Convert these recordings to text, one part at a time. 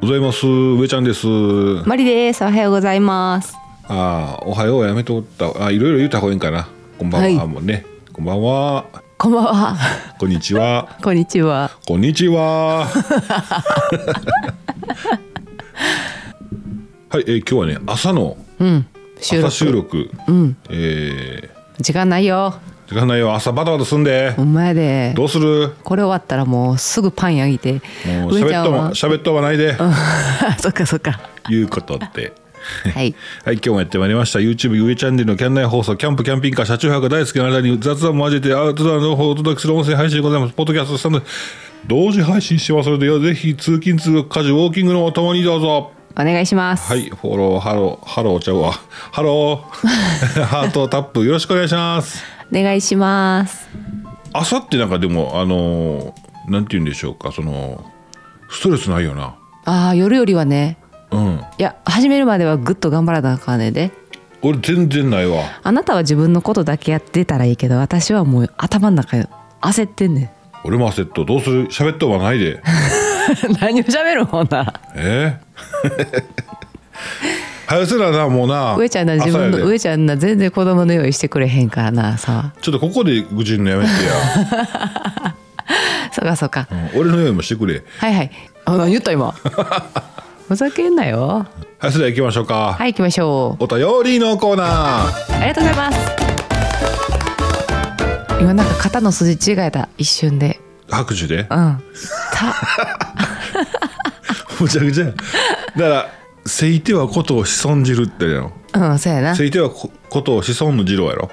ございます上ちゃんですマリです。おはようございます。あーおはようやめとったあいろいろ言った方がいいんかなこんばんは、はいもうねこんばんはこんば んは。こんにち はこんにちは。こんにち ははい、えー今日はね朝のうん。収朝収録。録、うん。え時間ないよ。ー、時間ないよ朝バタバタすんで、お前で。どうするこれ終わったらもうすぐパン焼いて。もう上喋っちゃとんもは。喋っとはないで、 そっかそ っか。いうことではい。はい、今日もやってまいりました。YouTube ゆえチャンネルのキャン内放送、キャンプ、キャンピングカー、車中泊が大好きなあなたに雑談も交えてアウトドアの情報をお届けする音声配信でございます。ポッドキャストスタンドで同時配信してますので、ぜひ通勤、通学、家事、ウォーキングのお供にどうぞ。お願いします。はい、フォロー、ハロー、ハローちゃうわ。ハロー、 ハート、タップ、よろしくお願いします。お願いします。朝ってなんかでも、あのーなんて言うんでしょうか、その、ストレスないよな。ああ、夜よりはね。うん。いや、始めるまではぐっと頑張らなあかんねんで。俺全然ないわ。あなたは自分のことだけやってたらいいけど、私はもう頭の中焦ってんねん。 俺も焦っと、どうする喋っとはないで。何を喋るもんなら。えー早せらなもうな上ちゃんな自分朝のやで上ちゃんな全然子供の用意してくれへんからなさちょっとここで愚痴るのやめて や、そっかそっかうん俺の用意もしてくれはいはいあ何言った今 ふざけんなよ早せら行きましょうか、はい行きましょお便りのコーナーうありがとうございます今なんか肩の筋違えた一瞬で拍手でうんたむちゃくちゃやだから「せいてはことを子孫じる」ってやろうんそう「やなせいてはこことを子孫の次郎」や ろ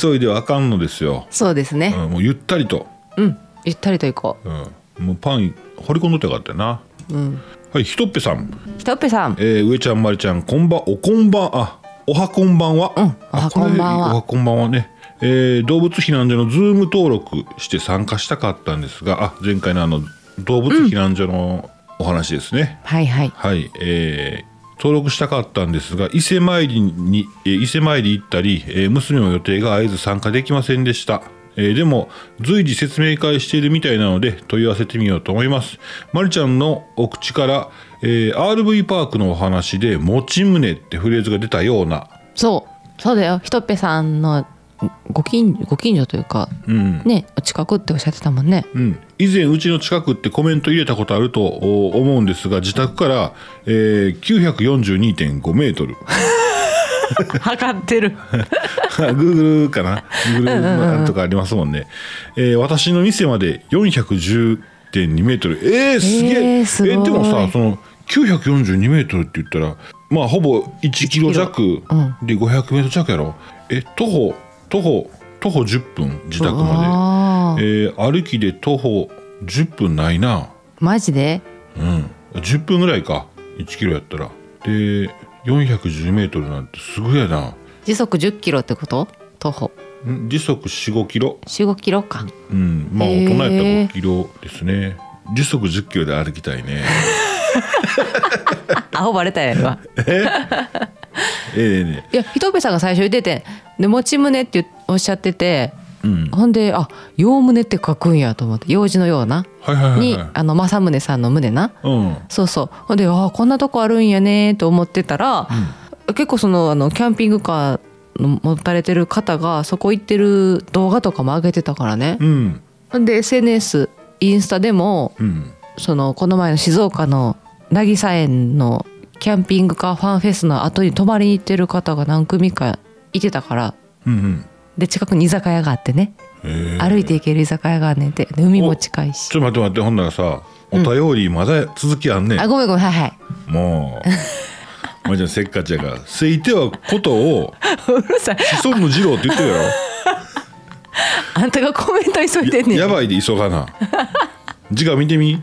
急いではあかんのですよ、そうですうねんもうゆったりと、うん、ゆったりと行こうんもうパン掘り込んどってよかったよなううんはいひとっぺさんひとっぺさんえー、上ちゃんまりちゃんこんばんおこんばんあおはこんばんは、うんあおはこれこんばんはおはこんばんはね、えー動物避難所のズーム登録して参加したかったんですがあ前回のあの動物避難所のお話ですね、はいはいはいえー登録したかったんですが伊勢参りに、えー伊勢参り行ったり、えー娘の予定が合えず参加できませんでした、えーでも随時説明会しているみたいなので問い合わせてみようと思いますまるちゃんのお口から、えー RV パークのお話で「持ち胸」ってフレーズが出たようなそうそうだよひとっぺさんのご近ご近所というか、うんねお近くっておっしゃってたもん ねうん、以前うちの近くってコメント入れたことあるとお思うんですが自宅から、えー、942.5メートル測ってる Google かな Google なんとかありますもんね、えー私の店まで410.2メートルえー、すげええーすごいえーでもさその942メートルって言ったらまあほぼ1キロ弱で500メートル弱やろ、え徒歩徒歩徒歩10分自宅まあで、えー歩きで徒歩10分ないなマジでうん10分ぐらいか1キロやったらで410メートルなんてすぐやな時速10キロってこと徒歩ん時速45キロ45キロかうん、まあ大へ人ーやったら5キロですね。時速10キロで歩きたい ね。あ青バレたやん今ええね。いやひとぺさんが最初言っててで持ち胸っておっしゃっててうん。ほんであ用胸って書くんやと思って用事のようなはいはいはいにはい。あの正宗さんの胸なうん。そうそうほんであこんなとこあるんやねと思ってたら、結構そのあのキャンピングカーの持たれてる方がそこ行ってる動画とかも上げてたからね、うん。ほんで SNS インスタでもうん。そのこの前の静岡の渚園のキャンピングカーファンフェスの後に泊まりに行ってる方が何組かいてたからうんうん。で近くに居酒屋があってねええ。歩いて行ける居酒屋があんねんてで海も近いしちょっと待って待って、ほんならさ、お便りまだ続きあんねん。あごめんごめんはいはい もう。まりちゃんせっかちやから、せいてはことを、うるさい子孫の次郎って言ってるやろ。 あんたがコメント急いでんねんやばいで急がな。時間見てみ。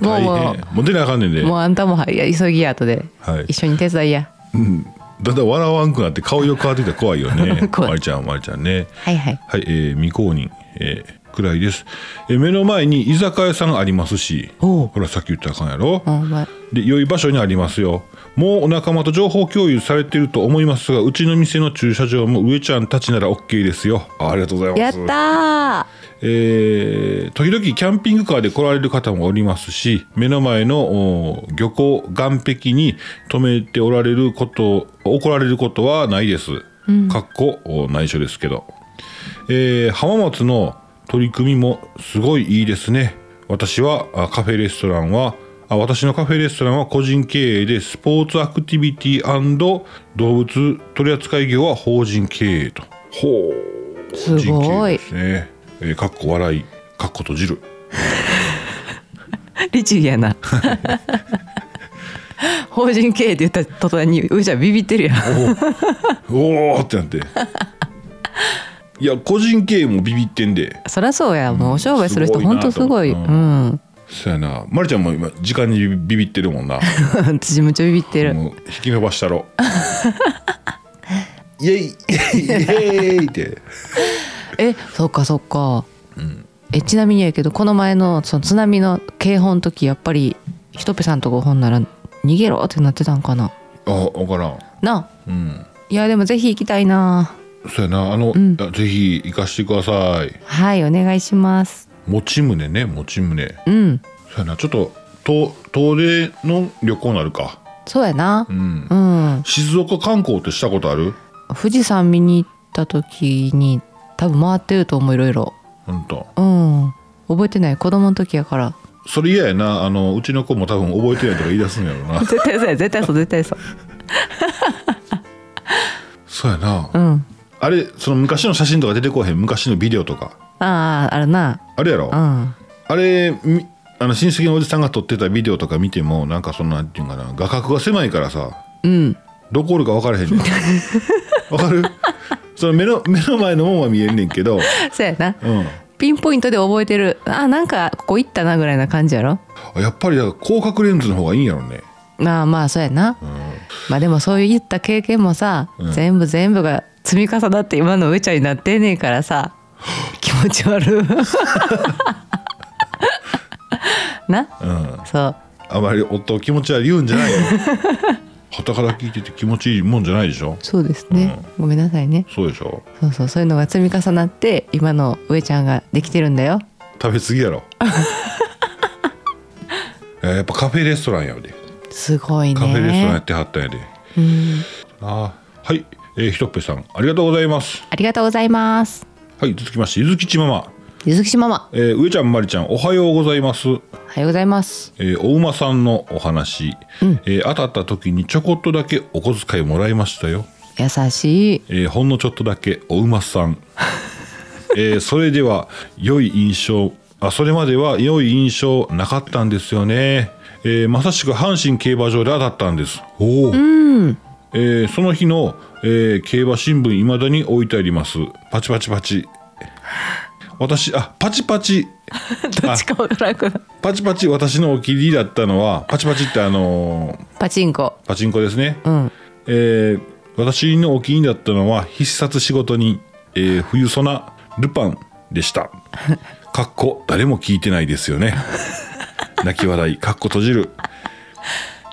もう大もう変。もう出なあかんねんで。もうあんたもはいや急ぎや後で、はい一緒に手伝いやうん。だんだん笑わんくなって顔色変わってきたら怖いよね 。怖いまりちゃん、まりちゃんね。はいはいはい、えー未公認、えーくらいです、えー目の前に居酒屋さんありますしおうほらさっき言ったらあかんやろ、ほんまで良い場所にありますよもうお仲間と情報共有されていると思いますがうちの店の駐車場も上ちゃんたちなら OK ですよあありがとうございやまっすたーえーえー時々キャンピングカーで来られる方もおりますし目の前のお漁港岸壁に止めておられること怒られることはないです、かっこお内緒ですけど、えー浜松の取り組みもすごいいいですね私はあカフェレストランはあ私のカフェレストランは個人経営でスポーツアクティビティ動物取扱業は法人経営とほうすごい法人経営ですね、えー、かっこ笑いかっこ閉じる律儀 やな法人経営って言った途端にうーちゃんビビってるやんおおーってなって いや個人経営もビビってんでそりゃそうやもうお商売する人すごい本なと当すごいうんうん、 そやなまるちゃんも今時間にビビってるもんな私めっちゃビビってるもう引き伸ばしたろ イエイイエイってえそっかそっか、えちなみにやけどこの前のその津波の警報の時やっぱりひとぺさんとご本なら逃げろってなってたんかな あ分からんなあうんいやでもぜひ行きたいなそうやなあの、んあぜひ行かしてくださいはいお願いします持ち胸ね持ち胸そうんうやなちょっと遠遠出の旅行になるかそうやなうんうん、静岡観光ってしたことある富士山見に行った時に多分回ってると思ういろいろほんとうん覚えてない子供の時やからそれ嫌やなあのうちの子も多分覚えてないとか言い出すんやろ な絶対そうや絶対そう絶対そうそうやな、うんあれその昔の写真とか出てこへん昔のビデオとかあああるなあれやろ、うんあれみあの親戚のおじさんが撮ってたビデオとか見てもなんかそんななんていうんかな画角が狭いからさうんどこおるか分からへんねん分かるその目の目の前のもんは見えんねんけど、そうやなうん、ピンポイントで覚えてるあなんかここ行ったなぐらいな感じやろあやっぱりだから広角レンズの方がいいんやろね、まあまあそうやな、まあでもそういう言った経験もさ、うん全部全部が積み重なって今の上ちゃんになってんねんからさ気持ち 悪いなうん、そうあまり夫を気持ち悪い言うんじゃないよ傍から聞いてて気持ちいいもんじゃないでしょそうですね、ごめんなさいねそうでしょそうそうそういうのが積み重なって今の上ちゃんができてるんだよ食べ過ぎやろえーやっぱカフェレストランやで、すごいねカフェレストランやってはったんやで、うんあーはい、えー、ひとっぺさんありがとうございますありがとうございますはい続きましてゆずきちママ、ゆずきしママえー、上ちゃんまりちゃんおはようございますおはようございますえーお馬さんのお話、えー当たった時にちょこっとだけお小遣いもらいましたよ、優しいえーほんのちょっとだけお馬さん、 えーそれでは良い印象あそれまでは良い印象なかったんですよね、えーまさしく阪神競馬場で当たったんですおお、えーその日の、えー競馬新聞いまだに置いてありますパチパチパチ私あパチパチどっちかわからなくなるパチパチ私のお気に入りだったのはパチパチってあのー パチンコパチンコですね、うんえー私のお気に入りだったのは必殺仕事人、えー冬ソナルパンでした かっこ誰も聞いてないですよね泣き笑いかっこ閉じる、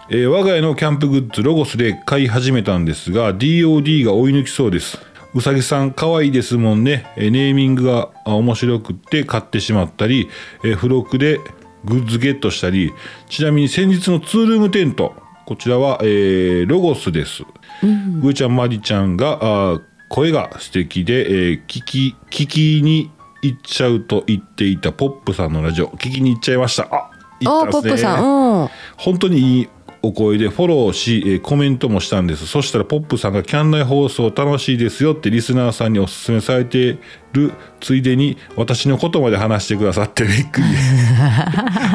えー我が家のキャンプグッズロゴスで買い始めたんですが DOD が追い抜きそうですうさぎさん可愛いですもんね、えーネーミングがあ面白くって買ってしまったり、えー付録でグッズゲットしたりちなみに先日のツールームテントこちらは、えーロゴスです、ぐーちゃんまりちゃんがあー声が素敵で、えー聞き聞きに行っちゃうと言っていたポップさんのラジオ聞きに行っちゃいましたあ行おったーポんでッすねプさんうん本当にいいお声でフォローし、えーコメントもしたんですそしたらポップさんが「キャン内放送楽しいですよ」ってリスナーさんにお勧めされてるついでに私のことまで話してくださってびっくり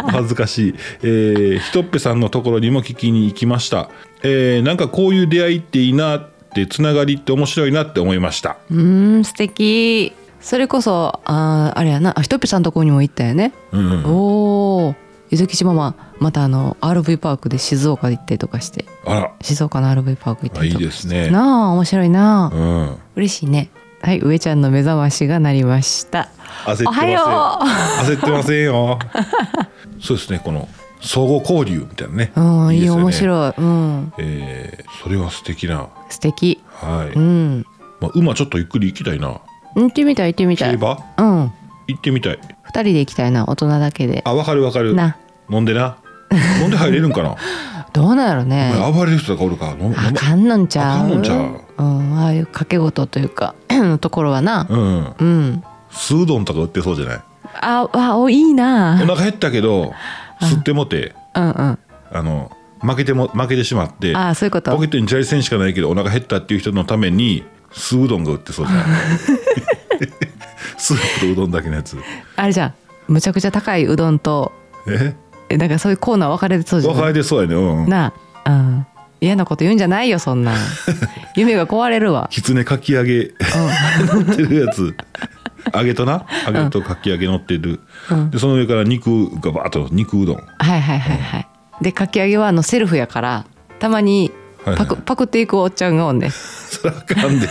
お恥ずかしい、えーひとっぺさんのところにも聞きに行きました、えーなんかこういう出会いっていいなってつながりって面白いなって思いましたうーん素敵それこそあーあれやなあひとっぺさんとこにも行ったよね、うんうんおおゆずきしママまたあの RV パークで静岡行ったりとかしてあら静岡の RV パーク行ったあいりいとかですねなあ面白いなあ、うん嬉しいねはい上ちゃんの目覚ましが鳴りました焦っておまはせんよ焦ってませんよ そうですねこの相互交流みたいなねううんいいですよね面白いうんえーそれは素敵な素敵はい、うんまあ、馬ちょっとゆっくり行きたいな行ってみたい行ってみた競い馬うん行ってみたい人で行きたいな大人だけであわかるわかるな飲んで な飲んで入れるんかなどうなんやろねお前暴れる人とかおるから飲むあかんのんちゃうあかんのんちゃううん、ああいう掛け事というか のところはなうんうん酢うどんとか売ってそうじゃないああおいいおな腹減ったけど吸ってもてうんうんあの負けても負けてしまってあそういうことポケットに砂利線しかないけどお腹減ったっていう人のために酢うどんが売って そうじゃないスープとうどんだけのやつあれじゃんむちゃくちゃ高いうどんとええなんかそういうコーナー分かれてそうじゃ分かんれてそうやねうんなあ、うん、嫌なこと言うんじゃないよ そんなん夢が壊れるわきつねかき揚げ 乗ってるやつ揚げとな揚げとかき揚げ乗ってる、うんでその上から肉がバーッと肉うどんはいはいはいはいでかき揚げはあのセルフやからたまにはいはいパク,、パクっていくおっちゃんがおんね んそれあかんで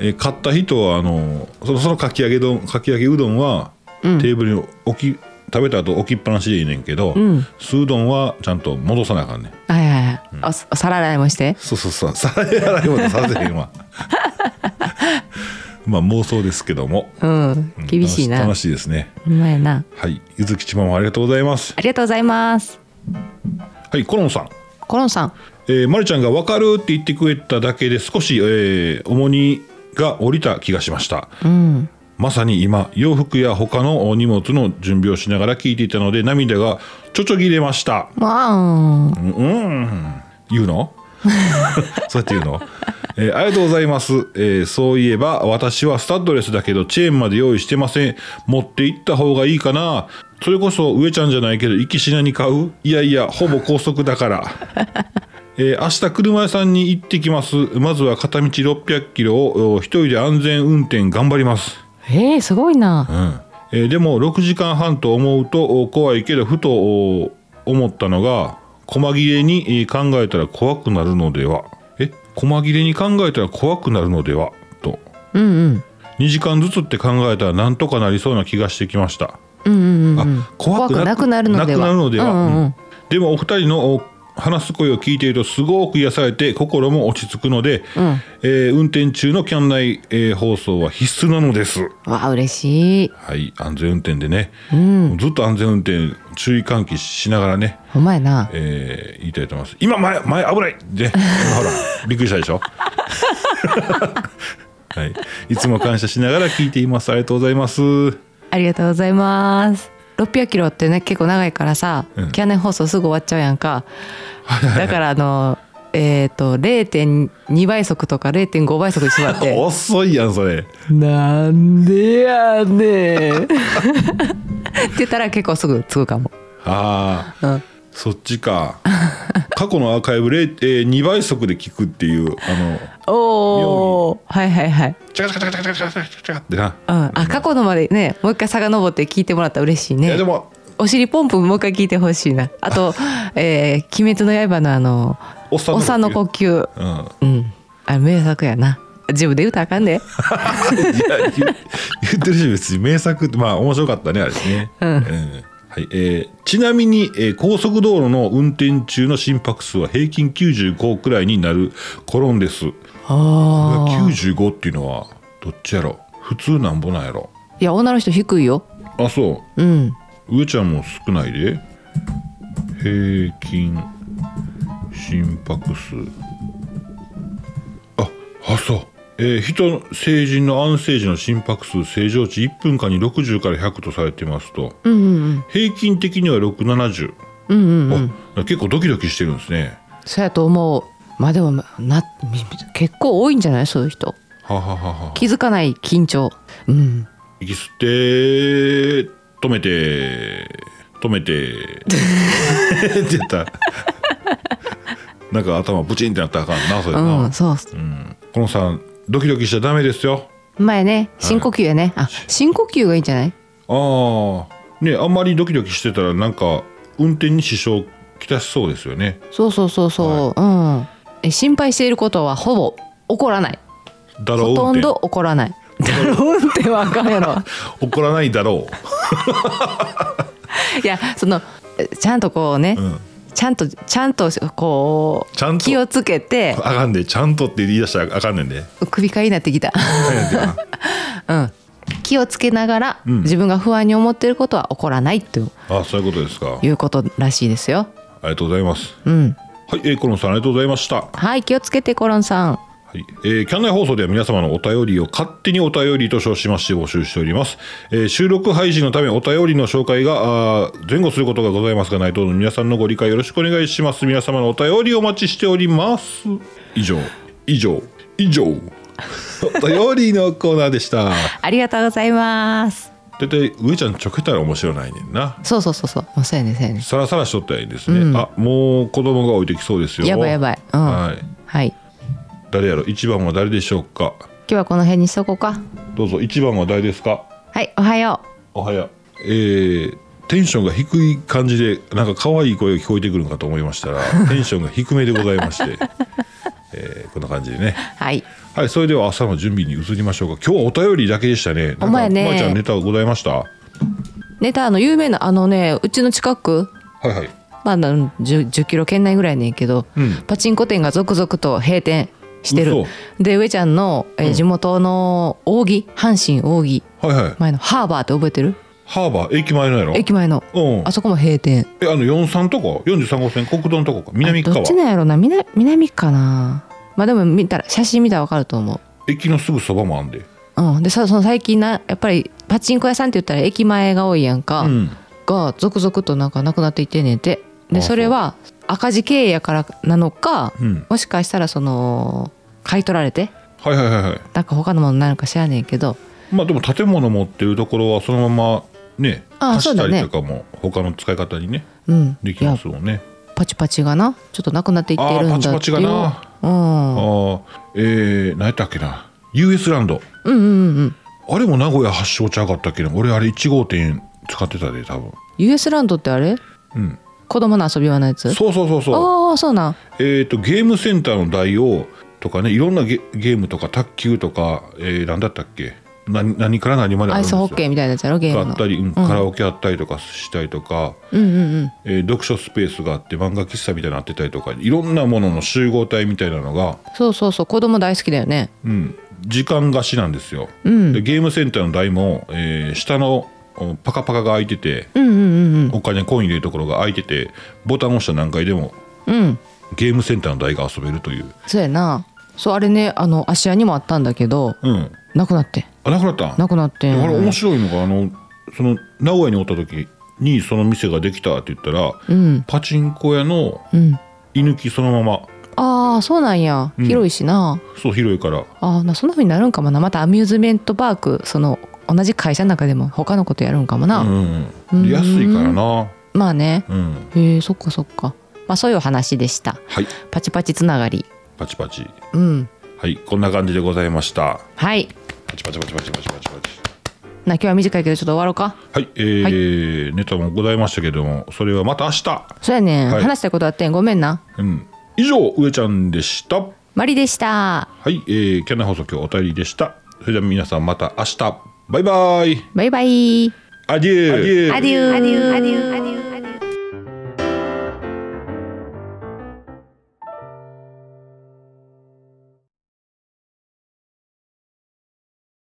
え買った人はあのそのそのかき揚げ丼かき揚げうどんは、うんテーブルに置き食べた後置きっぱなしでいいねんけど、うん酢うどんはちゃんと戻さなあかんねんはいはいはい、あさ皿洗いもしてそうそうそう 皿洗いまでさせへんわ まあ妄想ですけどもうんうん厳しいな楽し楽しいですねうまいなはいゆずきちまもありがとうございますありがとうございますはいコロンさんコロンさんえー、まるちゃんが「わかる」って言ってくれただけで少し、えー重荷が下りた気がしました、うんまさに今洋服や他のお荷物の準備をしながら聞いていたので涙がちょちょぎれましたまあうんうん、うん、言うの そうやって言うの、えーありがとうございます、えーそういえば私はスタッドレスだけどチェーンまで用意してません持って行った方がいいかなそれこそ上ちゃんじゃないけど行きしなに買ういやいやほぼ高速だから えー明日車屋さんに行ってきますまずは片道600キロをお一人で安全運転頑張りますえー、すごいなうんえーでも6時間半と思うとお怖いけどふとお思ったのが細切れにえー考えたら怖くなるのではえ細切れに考えたら怖くなるのではとうんうん2時間ずつって考えたらなんとかなりそうな気がしてきましたうんうんうんあ怖くな怖くなくなるのではなくなるのではうんうんうんうんでもお二人のお話す声を聞いているとすごく癒されて心も落ち着くので、うんえー運転中のキャン内、えー放送は必須なのですわあ嬉しいはい安全運転でね、うんずっと安全運転注意喚起しながらね、お前なえー言いたいと思います今前前危ないで ほらびっくりしたでしょ はい、いつも感謝しながら聞いていますありがとうございますありがとうございます600キロってね結構長いからさ、うんキャンネル放送すぐ終わっちゃうやん かだからあのえっ、と0.2倍速とか0.5倍速にしてもら って遅いやんそれなんでやねん って言ったら結構すぐつくかも、ああうん、そっち か過去のアーカイブ0、えー、2倍速で聞くっていうあのおおはいはいはい、チャカチャカチャカチャカチャカチャカチャカってな、うん、あ過去のまでねもう一回遡って聞いてもらったら嬉しいいやねでもお尻ポンプもう一回聞いてほし いなあと「えー鬼滅の刃」のあのおっさんおのっさんの呼吸うんうん。あれ名作やな。自分で言うたらあかんで。いや言う言ってるし別に名作ってまあ面白かったねあれですね、うんはいえーちなみに、えー高速道路の運転中の心拍数は平均95くらいになるコロンです ああ。 95っていうのはどっちやろ普通なんぼなんやろいや、女の人低いよ。あそうん。う上ちゃんも少ないで平均心拍数ああそうえー人成人の安静時の心拍数正常値1分間に60から100とされてますとうんうん平均的には670、うん。うんうん。あ結構ドキドキしてるんですねそうやと思う。まあでもなみ結構多いんじゃないそういう人。はははは気づかない緊張。うん。息吸って止めて止めて って言ったなんか頭ブチンってなったらあかんなそれな、うん、そう。うんこのさんドキドキしちゃダメですよ前ね、深呼吸やね。あ、深呼吸がいいんじゃないああねあんまりドキドキしてたらなんか運転に支障きたしそうですよねそうそうそうそう。うん。え心配していることはほぼ起こらない。だろうほと運んど転起こ らない。 だろう運転はあかんやろ。怒らないだろいや、その、えちゃんとこうねう、、うん、ちゃんとちゃんとこうちゃんと気をつけてあ かんでちゃんとって言い出したらあかんねんで首かいになってきたあかんねんでうん 気をつけながら、うん自分が不安に思っていることは起こらないとあそういうことですかあいうことらしいですよ。りがとうございますうん、はい、えー、コロンさんありがとうございましたはい気をつけてコロンさんはいえー、キャンナイ放送では皆様のお便りを勝手にお便りと称しまして募集しております、えー収録配信のためお便りの紹介があー前後することがございますが内藤の皆さんのご理解よろしくお願いします皆様のお便りお待ちしております以上以上以上 お便りのコーナーでしたありがとうございます。大体上ちゃんちょけたら面白ないねんなそうそうそうそう、そうやねそうやね。さらさらしとったらいいですね、あもう子供が置いてきそうですよやばいやばい。うん、ははいい、誰やろ一番は誰でしょうか今日はこの辺にしとこうか。どうぞ一番は誰ですかはいおはよおはやえーテンションが低い感じでなんか可愛い声が聞こえてくるのかと思いました らテンションが低めでございまして、えーこんな感じでねう。はいはいそれでは朝の準備に移りましょうか今日はお便りだけでしたねなんかほんまやねまーちゃんネタございましたはネタあの有名なあのねうちの近く。いはいまあ、10, 10キロ圏内ぐらいねんけど、うんパチンコ店が続々と閉店してる嘘で上ちゃんの、えー地元の扇阪神扇はいはい前のハーバーって覚えてるハーバー駅前のやろ駅前のうんあそこも閉店えあの43とこ43号線国道のとこか南あど側っちなんやろな南南かなまあでも見たら写真見たらわかると思駅のすぐそばもあんでう、うん、でさその最近なやっぱりパチンコ屋さんって言ったら駅前が多いやんか、うんが続々となんかなくなっていってんねんてあでそうそれは赤字経営やからなのか、うんもしかしたらその買い取られてはいはいはいはいなんか他のものになるか知らねえけどまあでも建物持ってるところはそのままねああ貸したそうだりねとかも他の使い方にねうんできますもんね。いやパチパチがなちょっとなくなっていってるんだっていうあーパチパチがなうん、あうんあえー、何やったっけな US ランドうんうんうんあれも名古屋発祥ちゃうかったっけな俺あれ1号店使ってたで多分 US ランドってあれうん子供の遊び場のやつそうそうそうそうああそうなんえっ、とゲームセンターの代用とかねいろんなゲゲームとか卓球とか、えー、何だったっけ何何から何まであアるんイですスよホッケーみたいなやつやろゲームがあのったり、うんうんカラオケあったりとかしたりとか、うんうんうんえー読書スペースがあって漫画喫茶みたいなのあってたりとかいろんなものの集合体みたいなのが、そうそうそう子供大好きだよねうん、時間貸しなんですよ、うんでゲームセンターの台も、えー下のおパカパカが開いててうんうんうんお金コイン入れるところが開いててボタンを押した段階でもうんうんゲームセンターの台が遊べるという、そうやなそうあれねあの芦屋にもあったんだけどうん、なくなってんあなくなったなくなってでんあれ面白いのがあのその名古屋におった時にその店ができたって言ったら、うんパチンコ屋のうん居抜きそのままああそうなんやうん広いしな、そう広いからあーなそんな風になるんかもなまたアミューズメントパークその同じ会社の中でも他のことやるんかもな、うんう、うんんで安いからな、まあねうん、へえそっかそっかまあそういうお話でしたはいパチパチつながりパチパチうんはいこんな感じでございましたはいパチパチパチパチパチパチパチな今日は短いけどちょっと終わろうかはいえーネタもございましたけどもそれはまた明日そうやねん、はい話したいことあってんごめんなうん以上上ちゃんでしたはマリでしたいえー、キャナ放送今日お便りでしたそれでは皆さんまた明日バイバイバイバイアデューアデューアデューアデューアデュー